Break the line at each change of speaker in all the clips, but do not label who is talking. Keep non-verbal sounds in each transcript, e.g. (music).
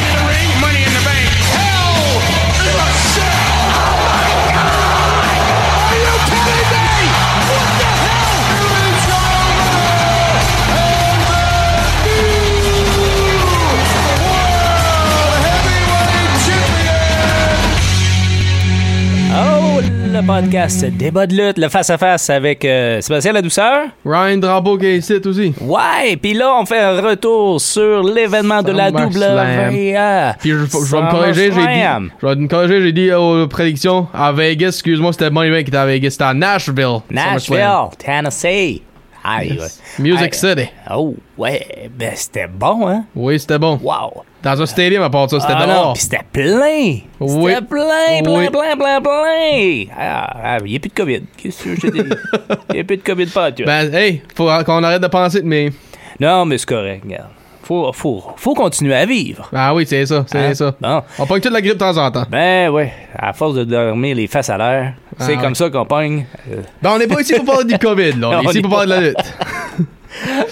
of the Ring, Money in the Bank. Hell in a Cell. Are you kidding me? What the hell?
Oh, le podcast Débat de lutte, le face-à-face avec euh, Sébastien La Douceur.
Ryan Drapeau qui est ici aussi.
Ouais, puis là, on fait un retour sur l'événement de la double
SummerSlam.
VA.
Puis je, je vais me corriger, j'ai dit. Je vais me corriger, j'ai dit aux prédictions à Vegas, excuse-moi, c'était Money Bank qui était à Vegas, c'était à Nashville. SummerSlam.
Nashville, Tennessee. Aïe,
Yes. Music
Aïe.
City.
Oh, ouais, ben c'était bon, hein?
Oui, c'était bon.
Wow.
Dans un stadium à part ça, c'était
Ah non,
dehors.
puis c'était plein.
Oui.
C'était plein, plein,
Oui.
plein, plein, plein. Ah, il n'y a plus de COVID. Qu'est-ce que je te
(laughs)
dis? Il n'y a plus de COVID pas, tu vois.
Ben, hey, faut qu'on arrête de penser, mais.
Non, mais c'est correct, regarde. Faut, faut, faut continuer à vivre.
Ah oui, c'est ça, c'est
Hein?
ça.
Bon.
On pogne toute la grippe de temps en temps.
Ben ouais, à force de dormir les faces à l'air, c'est
Ah, ouais.
comme ça qu'on pogne. euh,
Ben, on n'est pas ici pour parler du COVID,
(laughs)
là. On
Non,
est
on
ici pour
est
parler de la lutte.
(laughs)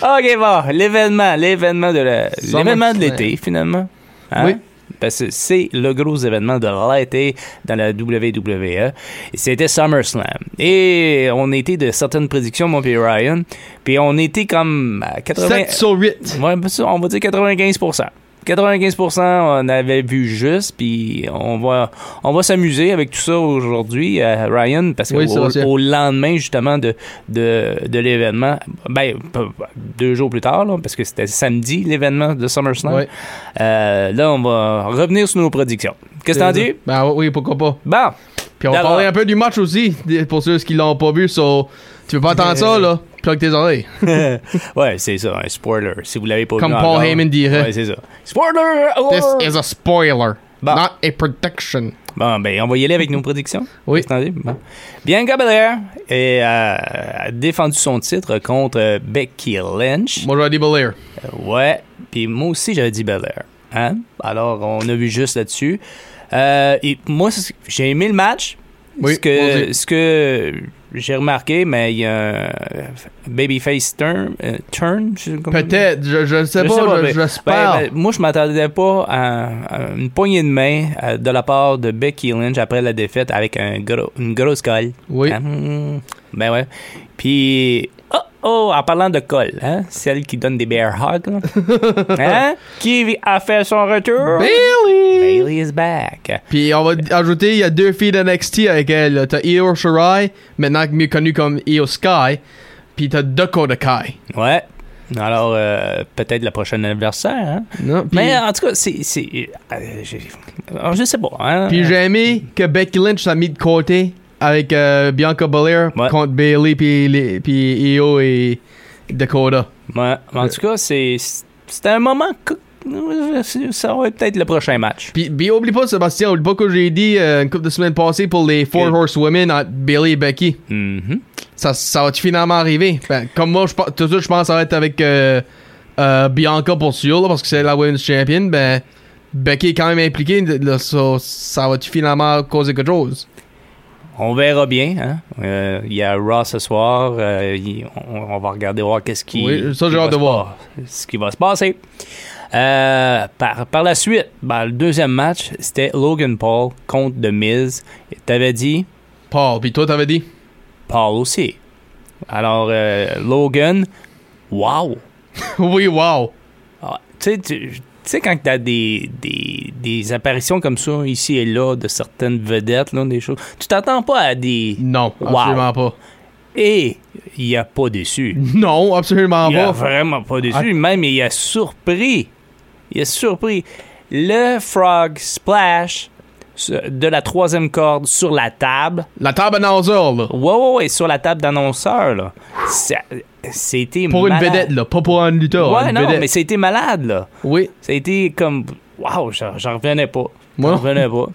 Ok, bon, l'événement, l'événement de la-
Summer
l'événement de
Slam.
l'été, finalement. Hein?
Oui.
Parce que c'est le gros événement de l'été dans la WWE. C'était SummerSlam. Et on était de certaines prédictions, moi et Ryan. Puis on était comme à 80...
7 sur 8.
Ouais, ben ça, on va dire 95%. 95%, on avait vu juste, puis on va, on va s'amuser avec tout ça aujourd'hui, euh, Ryan, parce
Oui,
qu'au
Sébastien.
au lendemain justement de, de, de l'événement, ben, p- p- deux jours plus tard, là, parce que c'était samedi l'événement de SummerSlam,
Oui.
euh, là, on va revenir sur nos prédictions. Qu'est-ce que t'en dis?
Ben oui, oui, pourquoi pas.
Bon,
Puis on va
Alors-
parler un peu du match aussi, pour ceux qui l'ont pas vu, so. Tu veux pas entendre ça, là? Plug tes oreilles.
ouais, c'est ça, un spoiler, si vous l'avez pas vu
Comme Paul
encore.
Heyman dirait.
Ouais, c'est ça. Spoiler!
This
alert!
is a spoiler,
Bon.
not a prediction.
Bon, ben, on va y aller
(laughs)
avec nos prédictions.
Oui.
Attendez. Bon. Bianca Belair est, euh, a défendu son titre contre euh, Becky Lynch.
Moi, j'aurais dit Belair.
Euh, Ouais. Puis moi aussi, j'avais dit Belair. Hein? Alors, on a vu juste là-dessus. Euh, et moi, c'est- j'ai aimé le match.
Oui,
Ce que,
vas-y.
ce que j'ai remarqué, mais il y a un euh, babyface turn, euh, turn je sais pas comment-
Peut-être, je, je sais
je sais
pas,
mais-
je- j'espère.
ben, ben, moi, je m'attendais pas à, à une poignée de main euh, de la part de Becky Lynch après la défaite avec un gros- une grosse colle.
Oui.
Hein? Mm, Ben ouais. Puis, oh, oh, en parlant de colle, hein? celle qui donne des bear hugs,
(laughs)
là. Hein? qui a fait son retour?
Bailey!
Bailey is back.
Puis on va d- ajouter, il y a deux filles d'NXT avec elle. là. T'as Io Shirai, maintenant mieux connue comme Io Sky. Puis t'as Dakota Kai.
Ouais. Alors, euh, peut-être le prochain anniversaire. Hein?
Non, puis-
Mais euh, en tout cas, c'est. c'est- euh, j'ai- alors, je sais pas. Hein?
Puis j'ai aimé que Becky Lynch l'a mis de côté avec euh, Bianca Belair
Ouais.
contre Bailey puis les- puis Io et Dakota.
Ouais, mais
Euh.
en tout cas, c'est c'est un moment que ça va être peut-être le prochain match.
Puis, puis oublie pas, Sébastien, oublie pas que j'ai dit euh, une couple de semaines passées pour les Four
Ok.
Horsewomen entre Bailey et Becky. Mm-hmm.
Mhm.
Ça, ça va finalement arriver? Ben, comme moi, je, pense- tout de suite, je pense que ça va être avec euh, euh, Bianca pour sûr, là, parce que c'est la Women's Champion. Ben, Becky est quand même impliquée, là, so- ça va finalement causer quelque chose?
On verra bien. hein. Euh, Il y a Raw ce soir. euh, il- on, on va regarder voir qu'est-ce qui.
Oui, ça,
qui
j'ai
va
hâte de
se
voir.
pas- Ce qui va se passer. Euh, par, par la suite, ben, le deuxième match, c'était Logan Paul contre The Miz. Et T'avais dit
Paul, puis toi, t'avais dit? (laughs)
Paul aussi. Alors, euh, Logan, wow!
oui, wow!
Ah, tu sais, tu tu sais, quand tu as des, des, des apparitions comme ça, ici et là, de certaines vedettes, là, des choses, tu t'attends pas à des.
Non,
Wow.
absolument pas.
Et il a pas déçu.
Non, absolument
Il a
pas.
vraiment pas déçu.
Ah.
Même, il a surpris. Il a surpris. Le Frog Splash ce- de la troisième corde sur la table.
La table à Nassau, là.
Ouais, ouais, ouais, sur la table d'annonceur, là. Ça- C'était
Pour une
malade.
vedette, là, pas pour un lutteur.
Ouais,
une
non,
vedette.
mais c'était malade, là.
Oui,
Ça a été comme. Waouh, j'en j'en revenais pas.
Moi
J'en
non.
revenais pas.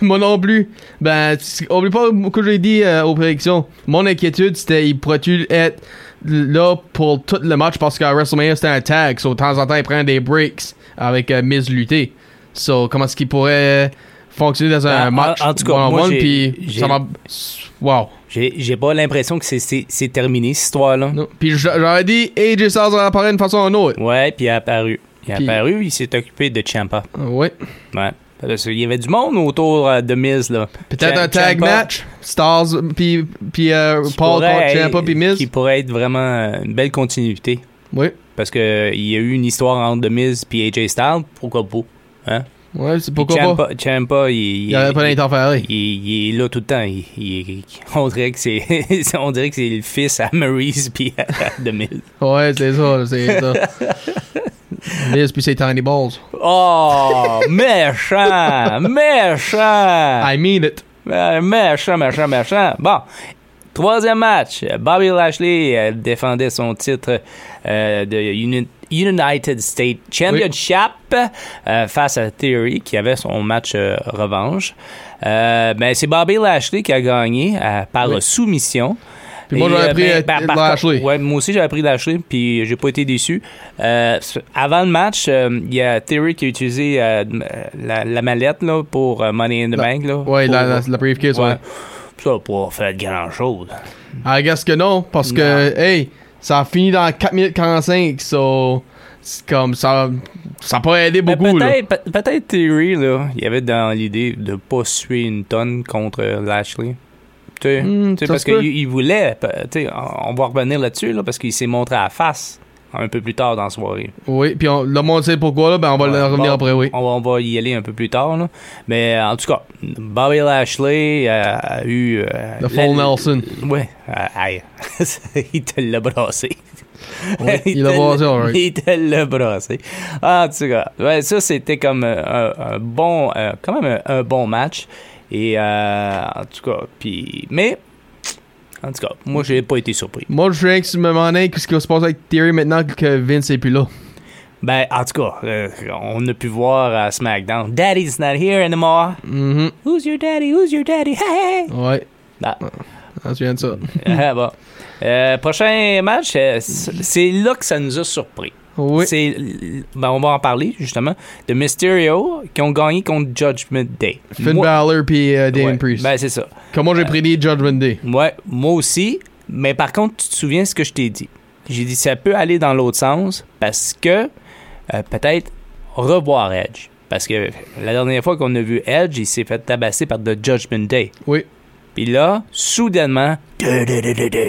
moi non plus. Ben, c- oublie pas que j'ai dit euh, aux prédictions. Mon inquiétude, c'était, il pourrait-tu être là pour tout le match parce qu'à WrestleMania, c'était un tag, so, de temps en temps, il prend des breaks. avec euh, Miz lutter. So, comment est-ce qu'il pourrait euh, fonctionner dans un
Ah, en-
match
en tout cas,
one-on-one,
moi, j'ai-
puis
j'ai-
ça m'a... Wow.
J'ai j'ai pas l'impression que c'est- c'est c'est terminé, cette histoire-là.
Non. Puis j'a- j'aurais dit AJ Styles va apparaître d'une façon ou d'une autre.
Ouais, puis il est apparu. Il est
Puis-
apparu, il s'est occupé de Champa.
Ouais.
Ouais. Parce qu'il y avait du monde autour euh, de Miz, là.
Peut-être
Ciampa
un tag match. Stars, puis, puis euh,
qui
Paul contre
pourrait-
Ciampa, puis
Qui
Miz.
pourrait être vraiment euh, une belle continuité.
Oui.
Parce que euh, il y a eu une histoire entre The Miz et AJ Styles, pourquoi pas? Hein?
Ouais, c'est
Puis
pourquoi pas.
Ciampa, Ciampa, il,
Il n'y avait pas
il-
d'interféré.
il- il est là tout le temps. Il- il- (laughs) on dirait que c'est on dirait que c'est le fils à Maurice puis à, à The Miz.
Ouais, c'est ça,
(laughs)
c'est ça. Miz, puis c'est Tiny Balls.
Oh, méchant, méchant,
I mean it.
Euh, méchant, méchant, méchant. Bon, troisième match. Bobby Lashley euh, défendait son titre euh, de Uni- United States Championship euh, face à Theory qui avait son match euh, revanche. Euh, ben, c'est Bobby Lashley qui a gagné euh, par
Oui.
soumission.
Puis moi,
Et,
j'aurais
euh,
pris, euh,
par contre-
Lashley.
ouais, moi aussi, j'avais pris Lashley, puis j'ai pas été déçu. Euh, s- avant le match, euh, il y a Theory qui a utilisé euh, la, la mallette là, pour euh, Money in the
La-
Bank. Là,
Ouais,
pour-
la, la, la briefcase, ouais.
Ouais. Ça n'a pas fait grand-chose.
I guess que non, parce que, hey, ça a fini dans 4 minutes 45, so. C'est comme ça. Ça pourrait aider
Mais
beaucoup, là.
peut-être, peut- peut-être Theory, là, il y avait dans l'idée de pas suer une tonne contre Lashley. Tu sais,
Hmm,
tu sais,
ça
parce
se peut.
qu'il il voulait, pe- tu sais, on on va revenir là-dessus, là, parce qu'il s'est montré à la face un peu plus tard dans la soirée.
Oui, puis on, le monde sait pourquoi, là, ben on va
Ouais,
le revenir
bon,
après, oui.
On va, on va y aller un peu plus tard, là. Mais euh, en tout cas, Bobby Lashley euh, a eu. euh,
Le full
la- (laughs)
Nelson.
Ouais, euh, hey, (laughs) il te l'a brassé.
Oui, (laughs) il l'a
te
brassé,
(laughs)
alright.
Il te l'a brassé. En tout cas, ouais, ça, c'était comme euh, un, un bon, euh, quand même un, un bon match. Et euh, en tout cas, puis. Mais, en tout cas, moi, j'ai pas été surpris.
Moi, je voudrais que tu me demandais qu'est-ce qui va se passer avec Theory maintenant que Vince est plus là.
Ben, en tout cas, euh, on a pu voir à SmackDown, Daddy's not here anymore.
Mhm.
Who's your daddy? Who's your daddy?
(laughs)
Hey! hey.
Ouais.
Ah.
On se souvient de ça.
Ah, bon. Euh, prochain match, euh, c'est c'est là que ça nous a surpris.
Oui.
C'est, l- ben, on va en parler justement de Mysterio qui ont gagné contre Judgment Day.
Finn
Moi-
Balor puis euh, Damon
Ouais,
Priest.
Ben c'est ça.
Comment j'ai prédit Judgment Day?
Ouais, moi aussi. Mais par contre, tu te souviens ce que je t'ai dit J'ai dit ça peut aller dans l'autre sens parce que euh, peut-être revoir Edge. Parce que la dernière fois qu'on a vu Edge, il s'est fait tabasser par The Judgment Day.
Oui.
Puis là, soudainement, du, du, du, du, du,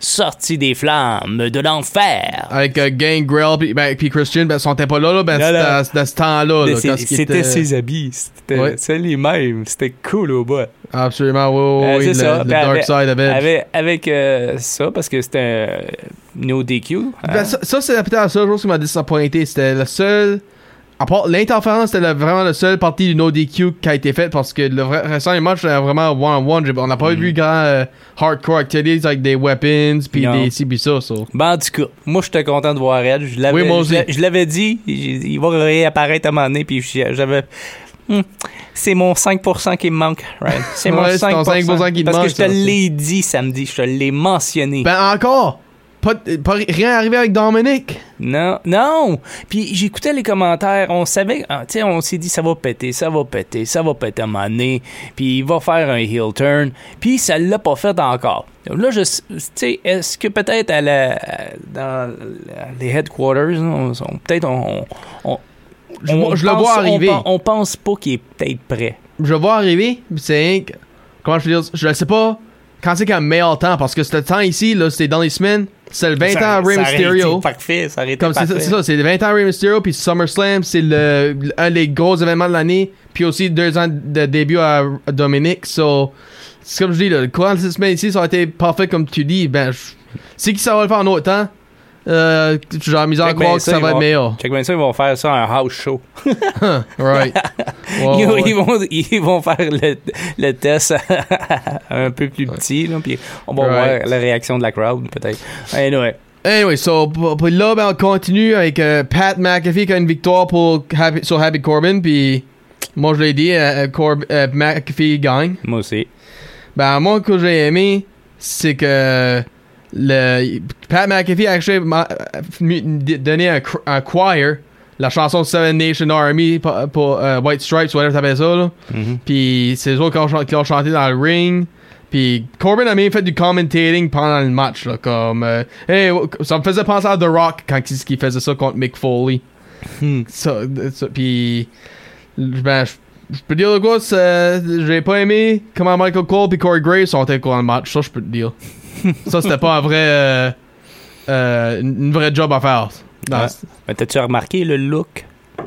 sorti des flammes de l'enfer.
Avec euh, Gangrel puis ben, puis Christian, ben, ils sont pas là, là ben,
Non,
c'était
non.
à- c'était à ce temps-là. là,
Mais c'est-
quand ce qui
C'était
Oh, était-
ses habits, c'était
Ouais.
c'est les mêmes, c'était cool au bout.
Absolument, oui, oui,
Euh,
oui,
c'est
le,
ça.
le
Ben,
Dark
avec-
Side of Edge.
Avec, avec euh, ça, parce que c'était euh, No DQ. hein.
Ben, ça, ça, c'est peut-être la seule chose qui m'a désappointé. C'était le seul. À part l'interférence, c'était la- vraiment la seule partie du No DQ qui a été faite parce que le vrai- récent match c'était vraiment one-on-one. J'ai- On n'a
Mm-hmm.
pas vu grand euh, hardcore activities avec des weapons puis
Non.
des ci pis ça. so.
Ben, en tout cas, moi, j'étais content de voir Edge. Je l'avais,
Oui, moi
je l'a-
aussi.
je l'avais dit, j'ai dit, il va réapparaître à un moment donné, puis j'ai- j'avais. Hum, c'est mon 5% qui me manque, right? C'est mon
Ouais, c'est ton
5%.
5% qui te
parce
manque,
que je te
ça.
l'ai dit samedi, je te l'ai mentionné.
Ben encore! Pas, pas- rien arrivé avec Dominic!
Non, non. Puis j'écoutais les commentaires. On savait, ah, tu sais, on s'est dit ça va péter, ça va péter, ça va péter à un moment donné. Puis il va faire un heel turn. Puis ça l'a pas fait encore. Donc Là, je, s- tu sais, est-ce que peut-être à la, dans les headquarters, on, on- peut-être on, on, on-
Je-
on
je le
pense-
vois
on
arriver.
pen- On, pense pas qu'il est peut-être prêt.
Je vois arriver, pis c'est rien que- Comment je peux dire? ça? Je sais pas quand c'est qu'un meilleur temps parce que ce temps ici, là, c'était dans les semaines. C'est le 20
Ça-
ans à Ben, Rey
ça aurait été
Mysterio.
Parfait, ça aurait été
Comme c'est
parfait.
ça, c'est ça, c'est le 20 ans Rey Mysterio, puis SummerSlam, c'est le, le- un des gros événements de l'année, puis aussi deux ans de début à, à Dominic. So, c'est comme je dis, là, le courant de cette semaine ici, ça aurait été parfait comme tu dis. Ben, je- c'est qui ça va le faire en autre temps? Euh, j'ai la misère à
Check
croire
bien
que ça
ils
va être
vont-
meilleur. (laughs)
Check bien ça, ils vont faire ça un house show.
Right. Ouais,
ils,
Oh, ouais,
ils vont, ils vont faire le, le test un peu plus petit, là, puis on va
Right.
voir la réaction de la crowd, peut-être. Anyway,
Anyway, so, p- p- là, ben, on continue avec euh, Pat McAfee qui a une victoire pour Happy, sur Happy Corbin, puis moi je l'ai dit, euh, euh, Corb- euh, McAfee gagne.
moi aussi.
Ben, moi, que j'ai aimé, c'est que euh, le Pat McAfee a actually m'a- m'a donné un, cr- un choir la chanson de Seven Nation Army pour, pour, euh, White Stripes, whatever t'appelles ça. Là.
Mhm.
Puis c'est eux autres qui ont chan- qui l'ont chanté dans le ring. Puis Corbin a même fait du commentating pendant le match. Là, comme, euh, hey, w- ça me faisait penser à The Rock quand il, qu'il faisait ça contre Mick Foley.
Hmm.
Ça, de- ça, puis ben, je je peux dire de quoi, ça- j'ai pas aimé comment Michael Cole et Corey Graves sont été dans le match. Ça, je peux
(laughs)
te dire. ça, c'était pas un vrai, euh, euh, une vraie job à faire. Dans-
Ouais. Mais t'as-tu remarqué le look,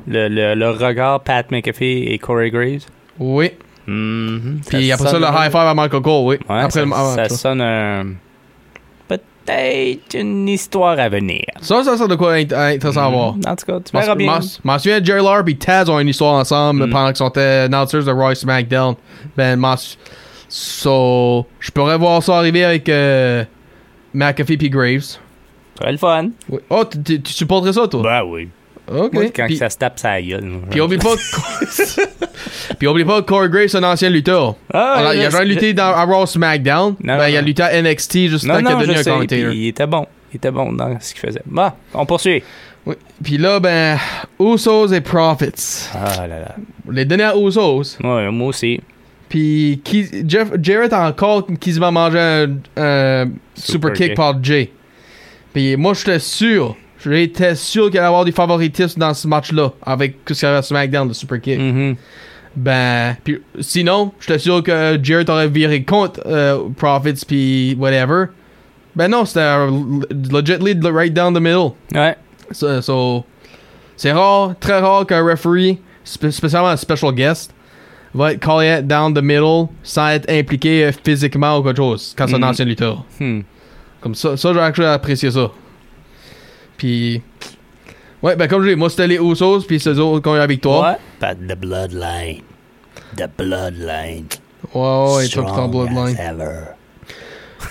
le, le, le regard Pat McAfee et Corey Graves?
Oui.
Mhm.
Puis après ça,
sonne-
le high five à Michael Cole, oui.
Ouais,
après
ça,
le- ah,
ça
ça.
sonne un- peut-être une histoire à venir. Mm-hmm.
Ça, ça, ça de quoi int- intéressant à voir.
En tout cas, tu
M'en
verras bien.
m'en- m'en souviens, Jerry Lawler et Taz ont une histoire ensemble
Mm.
pendant qu'ils sont euh, announcers de Royce SmackDown. Ben, m'en sou- so, je pourrais voir ça arriver avec euh, McAfee et Graves.
Ça va le fun.
Oui. Oh, tu- tu tu supporterais ça, toi?
Ben oui.
ok.
Moi, quand
Puis-
ça se tape, ça gueule.
Puis oublie pas. Puis oublie pas que (laughs) Corey Graves, c'est un ancien lutteur.
Ah,
Alors, il a
je-
jamais lutté dans, à Raw SmackDown.
Non,
ben,
non,
il a
non.
lutté à NXT juste
Non,
tant qu'il a
non,
devenu
je sais.
un
puis
commentateur.
il était bon. Il était bon dans ce qu'il faisait. Bon, on poursuit.
Oui. Puis là, ben, Usos et Profits.
Ah là là.
Les derniers Usos.
Ouais, moi aussi.
Puis qui- Jeff, Jarrett a encore quasiment mangé un, un super
Super
kick
kick.
par Jay. Puis moi, j'étais sûr. J'étais sûr qu'il allait avoir du favoritisme dans ce match-là. Avec ce qu'il y avait à SmackDown, le super kick.
Mhm.
Ben, puis sinon, j'étais sûr que Jarrett aurait viré contre euh, Profits puis whatever. Ben non, c'était un l- legit lead right down the middle.
Ouais.
So, so, c'est rare, très rare qu'un referee, spé- spécialement un special guest, va être callé out down the middle sans être impliqué euh, physiquement ou quelque chose quand c'est
Mhm.
un ancien lutteur.
Hmm.
Comme ça, ça j'ai actually apprécié ça. Puis, ouais, ben comme je dis, moi c'était les Usos, puis c'est eux autres qui ont eu la victoire.
Ouais.
But the bloodline. The bloodline.
Ouais, ouais,
strong
top top bloodline.
as ever.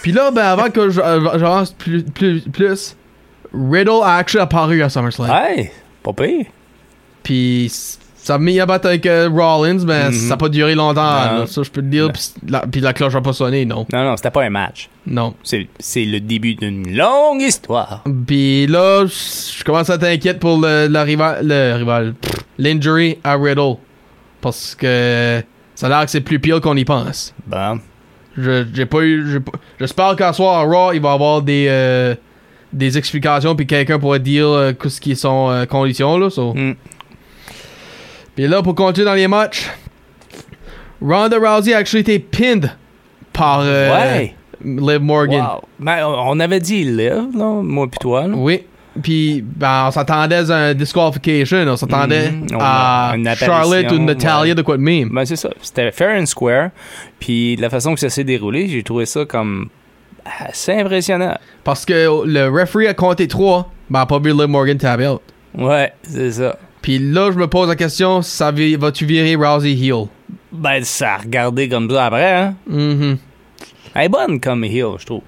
Puis là, ben avant que je- euh, j'avance plus, plus, plus, Riddle a actually apparu à SummerSlam.
Ouais. Pas pire.
Puis s- ça a mis à battre avec euh, Rollins, mais
Mhm.
ça a pas duré longtemps.
Non.
là, ça, je peux te dire.
Non.
Puis la, puis la cloche a pas sonné, non.
Non, non, c'était pas un match.
Non.
C'est c'est le début d'une longue histoire.
Puis là, je je commence à t'inquiéter pour le, la rival, le rival, pff, l'injury à Riddle. Parce que ça a l'air que c'est plus pire qu'on y pense.
Bon.
Je- J'ai pas eu. j'ai pas- J'espère qu'à soir à Raw, il va y avoir des, euh, des explications, puis quelqu'un pourra dire euh, ce qui sont euh, conditions, là. so.
Hmm.
Puis là, pour continuer dans les matchs, Ronda Rousey a actually été pinned par euh,
ouais.
Liv Morgan.
Wow. Ben, on on avait dit live, là, moi puis toi. Là.
Oui. Puis ben, on s'attendait à une disqualification. On s'attendait
Mhm.
à
Une apparition,
Charlotte ou Natalia
ouais.
de quoi de même.
Ben, c'est ça. C'était fair and square. Puis la façon que ça s'est déroulé, j'ai trouvé ça comme assez impressionnant.
Parce que le referee a compté 3, ben, a pas vu Liv Morgan tap out.
Ouais, c'est ça.
Puis là, je me pose la question, ça vi- vas-tu virer Rousey heel?
Ben, ça a regardé comme ça après, hein.
Mhm.
Elle est bonne comme heel, je trouve.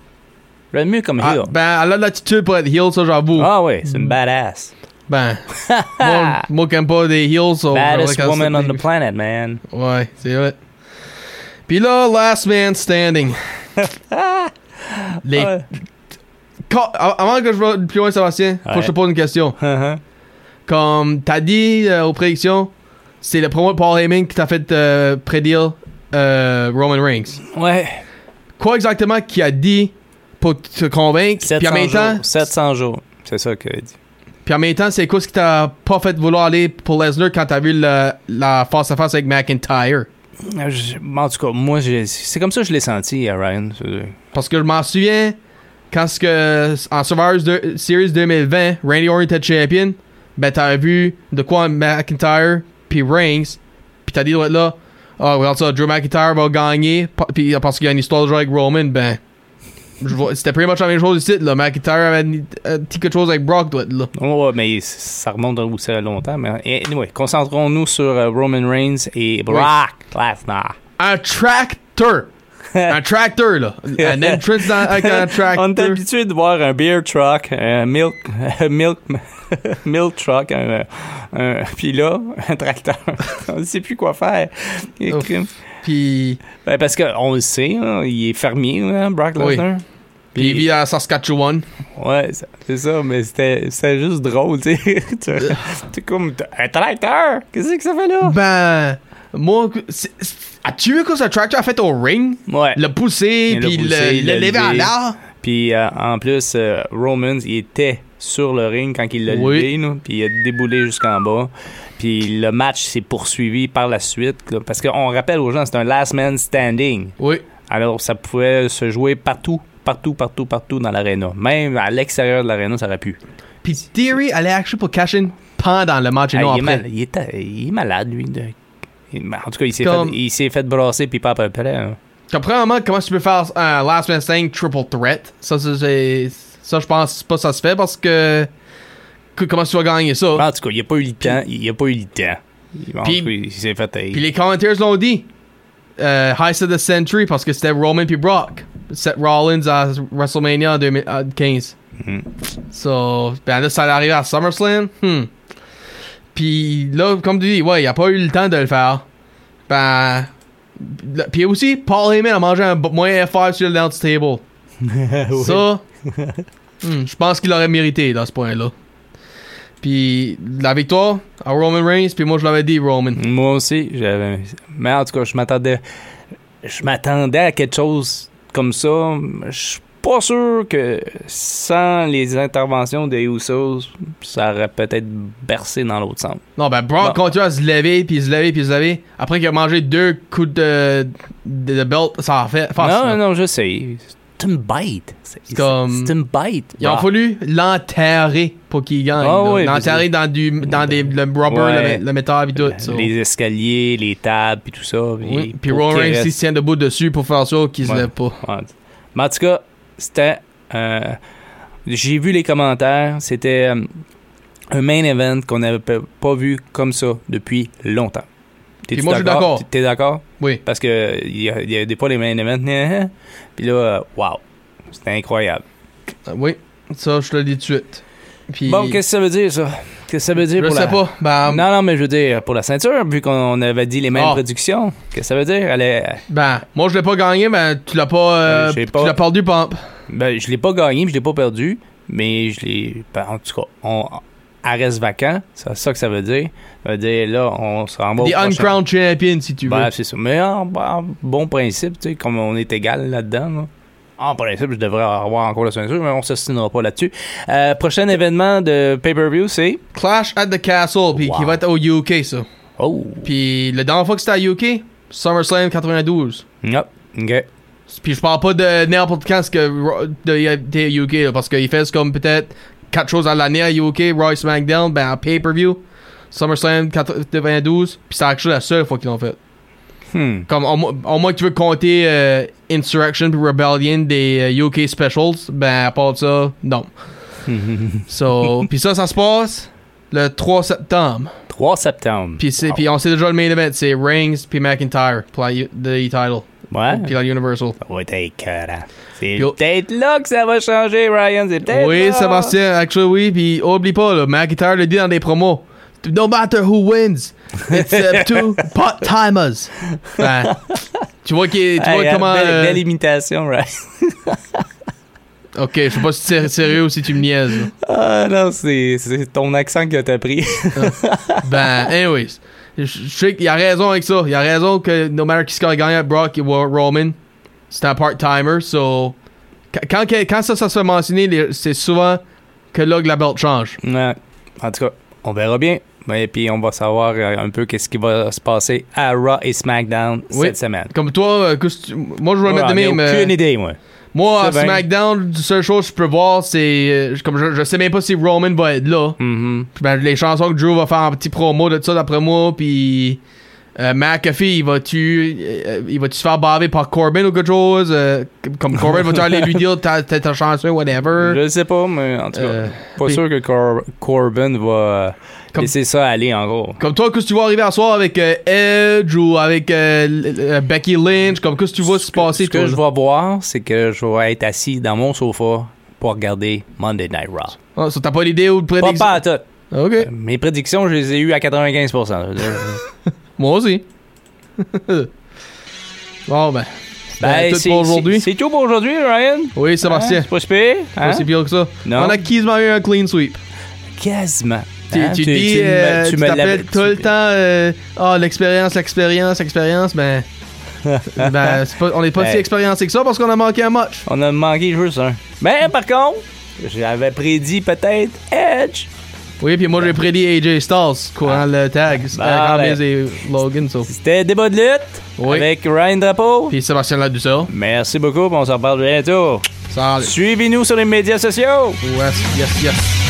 Le mieux comme
Ah, Mm.
heel.
ben, elle a de l'attitude pour être heel, ça j'avoue.
Ah ouais, c'est une badass. (laughs)
Ben, moi, moi qui aime pas des heels, so
Baddest
j'aurais
woman on
cassé-
the planet, man.
Ouais, c'est vrai. Puis là, last
(laughs)
man standing. Les... (laughs)
Ouais.
Ca- a- Avant que je vais plus loin, Sébastien, faut que
Ouais.
je te pose une question.
Uh-huh.
Comme t'as dit euh, aux prédictions, c'est le promo de Paul Heyman qui t'a fait euh, prédire euh, Roman Reigns.
Ouais,
Quoi exactement qu'il a dit pour te convaincre? Puis
700
en même temps,
jours. 700 jours. C'est ça qu'elle a dit.
puis en même temps, c'est quoi ce qui t'a pas fait vouloir aller pour Lesnar quand t'as vu la, la face à face avec McIntyre?
Euh, je- En tout cas, moi, j'ai- c'est comme ça que je l'ai senti, euh, Ryan. C'est-
Parce que je m'en souviens, quand ce que, en Survivor de- Series 2020, Randy Orton était champion, ben t'avais vu de quoi McIntyre puis Reigns, puis t'as dit ouais, là, ah regarde ça, Drew McIntyre va gagner, pa- puis parce qu'il y a une histoire de jouer avec Roman, ben je vois- c'était pretty much la même chose ici là, McIntyre avait une- un petit quelque chose avec Brock doit être là.
Oh, ouais, mais c- ça remonte à où ça longtemps. Mais eh, anyway, concentrons-nous sur euh, Roman Reigns et Brock Lesnar.
Un tracteur, un tracteur là, un entrance dans- avec un tracteur.
On est habitué de voir un beer truck, un milk, (laughs) un milk, milk truck, un, un- puis là, un tracteur. (laughs) on ne sait plus quoi faire. Et
Ouf.
crime.
Puis
Ben, parce qu'on le sait, hein, il est fermier, hein, Brock
Oui.
Lesnar.
Puis il vit à Saskatchewan.
Ouais, ça- c'est ça, mais c'était c'était juste drôle, tu sais. (laughs) Tu- T'es comme t'as un tracteur. Qu'est-ce que ça fait là?
Ben, moi, c'est- c'est- as-tu vu que ce tracteur a fait au ring?
Ouais.
Le poussé,
Le
puis le,
pousser,
le
le
lever à
lever.
l'air.
Puis euh, en plus, euh, Romans, il était sur le ring quand il l'a
Oui.
levé, là, puis il a déboulé jusqu'en bas. Puis le match s'est poursuivi par la suite, là, parce qu'on rappelle aux gens, c'est un last man standing.
Oui.
Alors ça pouvait se jouer partout, partout, partout, partout dans l'aréna. Même à l'extérieur de l'aréna, ça aurait pu.
Puis Theory allait action pour cash in pendant le match et
Ah,
non
il, est
après.
mal- il est- il est malade, lui. de- il- En tout cas, il s'est
Comme-
fait, il s'est fait brasser, puis pas à peu près. hein.
Comprends-moi comment tu peux faire un Last Man Standing Triple Threat. Ça, c'est- c'est- ça je pense pas ça se fait parce que. que- comment tu vas gagner ça?
En tout cas, il n'a pas eu le temps. Il a pas eu le temps. En
Oh. Puis-
tout cas, il s'est fait.
Puis les commentateurs l'ont dit. Euh, Heist of the Century parce que c'était Roman puis Brock. Seth Rollins à WrestleMania en 2015.
Mm.
So, ben là, ça allait arriver à SummerSlam. Hmm. Puis là, comme tu dis, ouais, il a pas eu le temps de le faire. Ben. là- Puis aussi, Paul Heyman a mangé un b- moyen F5 sur le
(laughs)
Dance Table. Ça, hmm, je pense qu'il l'aurait mérité dans ce point-là. Puis la victoire à Roman Reigns, puis moi je l'avais dit Roman.
Mm. Moi aussi, j'avais. Mais en tout cas, je m'attendais. Je m'attendais à quelque chose comme ça. Je suis pas sûr que sans les interventions des Usos, ça aurait peut-être bercé dans l'autre sens.
Non, ben Brock
Bon.
continue à se lever, puis se lever, puis se lever. Après qu'il a mangé deux coups de, de, de belt, ça a fait face.
non,
là.
non, je sais. C'est une bête. C'est c'est-
comme-
c'est une bête.
Il a
Ah.
fallu l'enterrer pour qu'il gagne.
Ah
là.
oui,
l'enterré dans, du, dans des, le rubber,
Ouais.
le, le métal, et tout. so.
les escaliers, les tables, puis tout ça.
Oui. Puis
pour
Roman
qu'il
Reigns,
reste-
il se tient debout dessus pour faire ça, qu'il se
Ouais.
lève pas.
Ouais. Mais en tout cas, c'était. euh, J'ai vu les commentaires. C'était euh, un main event qu'on n'avait pe- pas vu comme ça depuis longtemps. T'es-tu
Puis moi, je suis d'accord.
T'es d'accord?
Oui.
Parce que il y, a- il y a des fois les main events. (laughs) Puis là, euh, wow. C'était incroyable.
Euh, Oui. Ça, je te le dis tout de suite. Puis,
Bon, qu'est-ce que ça veut dire, ça? Qu'est-ce que ça veut dire
Je
pour
sais
la...
pas. Ben,
Non, non, mais je veux dire, pour la ceinture, vu qu'on avait dit les mêmes
Ah.
productions, qu'est-ce que ça veut dire? Elle est-
ben, moi, je l'ai pas gagné, mais tu l'as pas, euh,
Euh, je sais
Tu
pas.
l'as perdu, Pump.
Ben, je l'ai pas gagné, puis je l'ai pas perdu, mais je l'ai. ben, en tout cas, on elle reste vacant, c'est ça que ça veut dire. Ça veut dire là, on se renvoie. au
The
prochain.
Uncrowned Champion, si tu veux.
Ben, c'est ça. Mais en, en bon principe, tu sais, comme on est égal là-dedans. là, En principe, je devrais avoir encore la ceinture, mais on ne s'assinera pas là-dessus. Euh, prochain événement de pay-per-view, c'est.
Clash at the Castle, puis qui
Wow.
va être au UK, ça.
Oh!
Puis la dernière fois que c'était à UK, SummerSlam 92.
Yep. OK.
Puis je parle pas de n'importe quand ce que Ro- de, de UK, là, parce qu'ils font comme peut-être quatre choses à l'année à UK, Royce SmackDown, ben en pay-per-view, SummerSlam 92, puis c'est actually la seule fois qu'ils l'ont fait.
Hmm.
Comme au, mo- au moins que tu veux compter euh, Insurrection puis Rebellion des euh, UK specials, ben à part de ça, non. so, puis ça, ça se passe le 3 septembre.
3 septembre.
Puis c'est- puis on sait déjà le main event, c'est Reigns puis McIntyre pour la U- the title.
Ouais.
Puis la Universal.
Ça va être écœurant. C'est
Yo.
peut-être là que ça va changer, Ryan. C'est peut-être
Oui,
là.
Sébastien, actually, oui. Puis oublie pas, là, McIntyre le dit dans des promos. No matter who wins,
(laughs)
it's up to pot timers. Ben, tu vois, qu'il- tu vois
Hey,
comment.
belle,
euh,
belle imitation, right? (laughs)
ok, je sais pas si c'est sérieux ou si tu me niaises. là.
Ah non, c'est c'est ton accent que t'as pris. (laughs)
Ben, anyways. Je je sais qu'il a raison avec ça. Il a raison que no matter qui score gagne, Brock ou Roman, c'est un part-timer. So, qu- quand, que- quand ça, ça se fait mentionner, les- c'est souvent que là que la belt change.
Ouais. En tout cas, on verra bien. Et puis on va savoir euh, un peu qu'est-ce qui va se passer à Raw et SmackDown
Oui.
cette semaine.
Comme toi, euh, qu'est-ce que tu- moi je vais
Moi,
le mettre de
j'en ai
même. euh,
aucune idée, moi.
Moi, à
C'est bien.
SmackDown, la seule chose que je peux voir, c'est. euh, Comme je, je sais même pas si Roman va être là.
Mhm.
Ben, les chansons que Drew va faire en petit promo de ça d'après moi, puis euh, McAfee, il va-tu euh, il va-tu se faire baver par Corbin ou quelque chose? Euh, comme Corbin va-tu aller lui dire ta, ta, ta chanson, whatever?
Je sais pas, mais en tout cas,
Euh,
pas
puis-
sûr que Cor- Corbin va euh,
Comme-
laisser ça aller en gros.
Comme toi, qu'est-ce que tu vois arriver à soir avec euh, Edge ou avec euh, l- euh, Becky Lynch? Comme qu'est-ce que tu vois se passer?
Ce que
toi,
je
là?
vais voir, c'est que je vais être assis dans mon sofa pour regarder Monday Night Raw.
Ah, ça, t'as pas l'idée ou le
Pas,
prédiction?
pas à tout.
Ok,
Mes prédictions, je les ai eues à 95%.
moi aussi. (laughs) bon, ben, Ben, tout
c'est-
pour aujourd'hui.
C'est c'est tout pour aujourd'hui, Ryan.
Oui,
Hein?
Sébastien.
C'est pas si pire,
Pas
hein?
si pire que ça.
Non.
On a quasiment eu un clean sweep.
Quasiment.
Tu,
Hein?
tu
Tu-
dis,
tu me-
euh,
tu
tu
me l'avais-
t'appelles tout le temps, euh, ah, l'expérience, l'expérience,
(laughs)
l'expérience, ben, ben c'est pas- on n'est pas si
Hey.
expériencé que ça parce qu'on a manqué un match.
On a manqué juste un. Mais par contre, j'avais prédit peut-être Edge.
Oui, puis moi j'ai prédit AJ Styles courant le tag
Ben, ben.
avec Miz et Logan, so.
C'était débat de lutte
Oui.
avec Ryan Drapeau.
Puis Sébastien Ladussard.
Merci beaucoup, puis on s'en parle bientôt.
Salut.
Suivez-nous sur les médias sociaux.
Yes, yes, yes.